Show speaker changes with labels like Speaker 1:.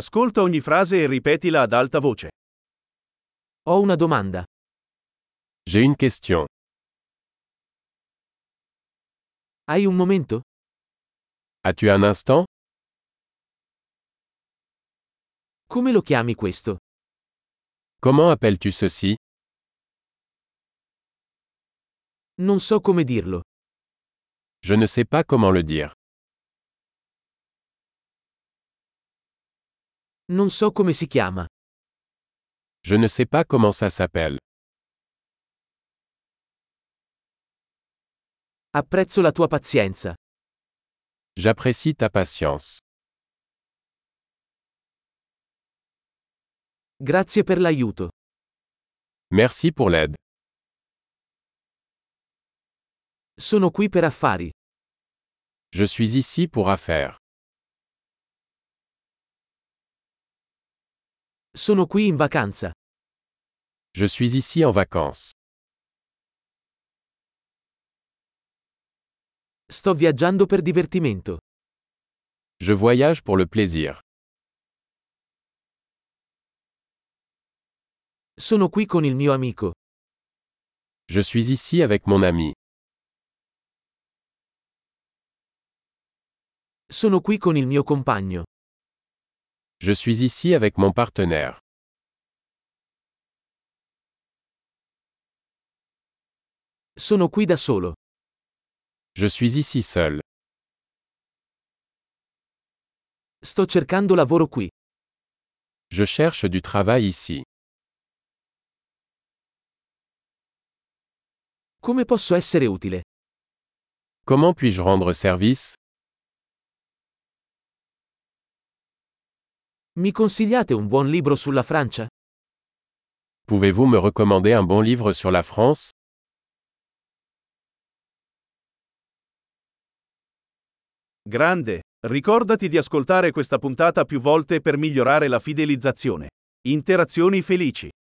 Speaker 1: Ascolta ogni frase e ripetila ad alta voce.
Speaker 2: Ho una domanda.
Speaker 3: J'ai une question.
Speaker 2: Hai un momento?
Speaker 3: As-tu un instant
Speaker 2: Come lo chiami questo?
Speaker 3: Comment appelles-tu ceci
Speaker 2: Non so come dirlo.
Speaker 3: Je ne sais pas comment le dire.
Speaker 2: Non so come si chiama.
Speaker 3: Je ne sais pas comment ça s'appelle.
Speaker 2: Apprezzo la tua pazienza.
Speaker 3: J'apprécie ta patience.
Speaker 2: Grazie per l'aiuto.
Speaker 3: Merci pour l'aide.
Speaker 2: Sono qui per affari.
Speaker 3: Je suis ici pour affaires.
Speaker 2: Sono qui in vacanza.
Speaker 3: Je suis ici en vacances.
Speaker 2: Sto viaggiando per divertimento.
Speaker 3: Je voyage pour le plaisir.
Speaker 2: Sono qui con il mio amico.
Speaker 3: Je suis ici avec mon ami.
Speaker 2: Sono qui con il mio compagno.
Speaker 3: Je suis ici avec mon partenaire.
Speaker 2: Sono qui da solo.
Speaker 3: Je suis ici seul.
Speaker 2: Sto cercando lavoro qui.
Speaker 3: Je cherche du travail ici.
Speaker 2: Come posso essere utile?
Speaker 3: Comment puis-je rendre service
Speaker 2: Mi consigliate un buon libro sulla Francia?
Speaker 3: Pouvez-vous me recommander un bon livre sur la France
Speaker 1: Grande, ricordati di ascoltare questa puntata più volte per migliorare la fidelizzazione. Interazioni felici.